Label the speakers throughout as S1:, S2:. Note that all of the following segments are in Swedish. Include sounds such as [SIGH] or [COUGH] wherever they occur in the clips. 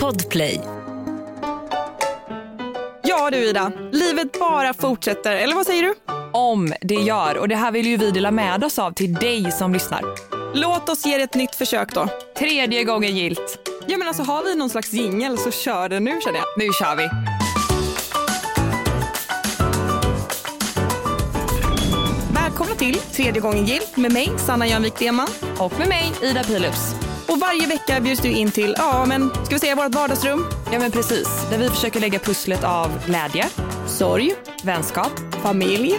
S1: Podplay.
S2: Ja du Ida, livet bara fortsätter. Eller vad säger du?
S3: Om det gör, och det här vill ju vi dela med oss av till dig som lyssnar.
S2: Låt oss ge det ett nytt försök då.
S3: Tredje gången gilt.
S2: Ja men alltså har vi någon slags jingel så kör den nu känner jag.
S3: Nu kör vi.
S2: Välkomna till tredje gången gillt med mig Sanna Jönvik Deman.
S3: Och med mig, Ida Pilups.
S2: Och varje vecka bjuds du in till, ja men ska vi säga vårt vardagsrum?
S3: Ja men precis, där vi försöker lägga pusslet av glädje,
S2: Sorg,
S3: vänskap,
S2: familj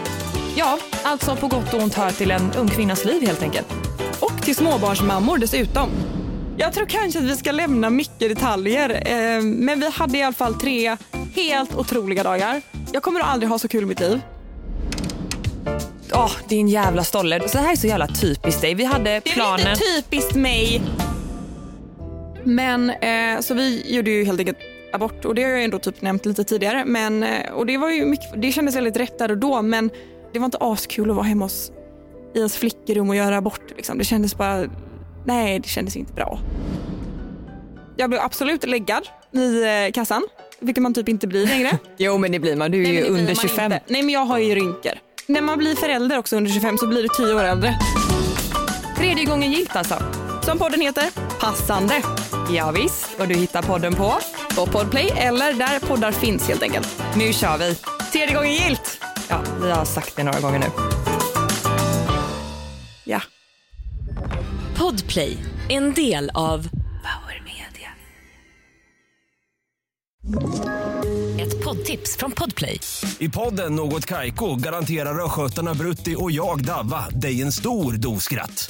S3: ja, allt som på gott och ont hör till en ung kvinnas liv helt enkelt.
S2: och till småbarnsmammor dessutom. Jag tror kanske att vi ska lämna mycket detaljer eh, men vi hade i alla fall tre helt otroliga dagar. Jag kommer att aldrig ha så kul i mitt liv.
S3: Åh, din jävla stolle. Så här är så jävla typiskt dig. Vi hade
S2: Det är
S3: planen.
S2: lite typiskt mig. Men eh, så vi gjorde ju helt enkelt abort och det har jag ändå typ nämnt lite tidigare. Men, eh, och det, var ju mycket, det kändes väldigt rätt där och då men det var inte askul att vara hemma hos, i ens flickrum och göra abort. Liksom. Det kändes bara, nej det kändes inte bra. Jag blev absolut läggad i eh, kassan, vilket man typ inte blir längre.
S3: Jo men [LAUGHS] det blir man, du är
S2: Nej, men
S3: ju
S2: det blir
S3: under
S2: man
S3: 25.
S2: inte. Nej men jag har ju rynkor. När man blir förälder också under 25 så blir du 10 år äldre.
S3: Tredje gången gilt alltså.
S2: Som podden heter, Passande.
S3: Ja, visst. och du hittar podden på.
S2: på Podplay eller där poddar finns helt enkelt.
S3: Nu kör vi.
S2: Tredje gången gilt!
S3: Ja, vi har sagt det några gånger nu.
S2: Ja.
S1: Podplay. En del av
S4: Power Media.
S1: ett poddtips från Podplay.
S5: I podden Något Kaiko garanterar östgötarna Brutti och jag, Davva, dig en stor dos skratt.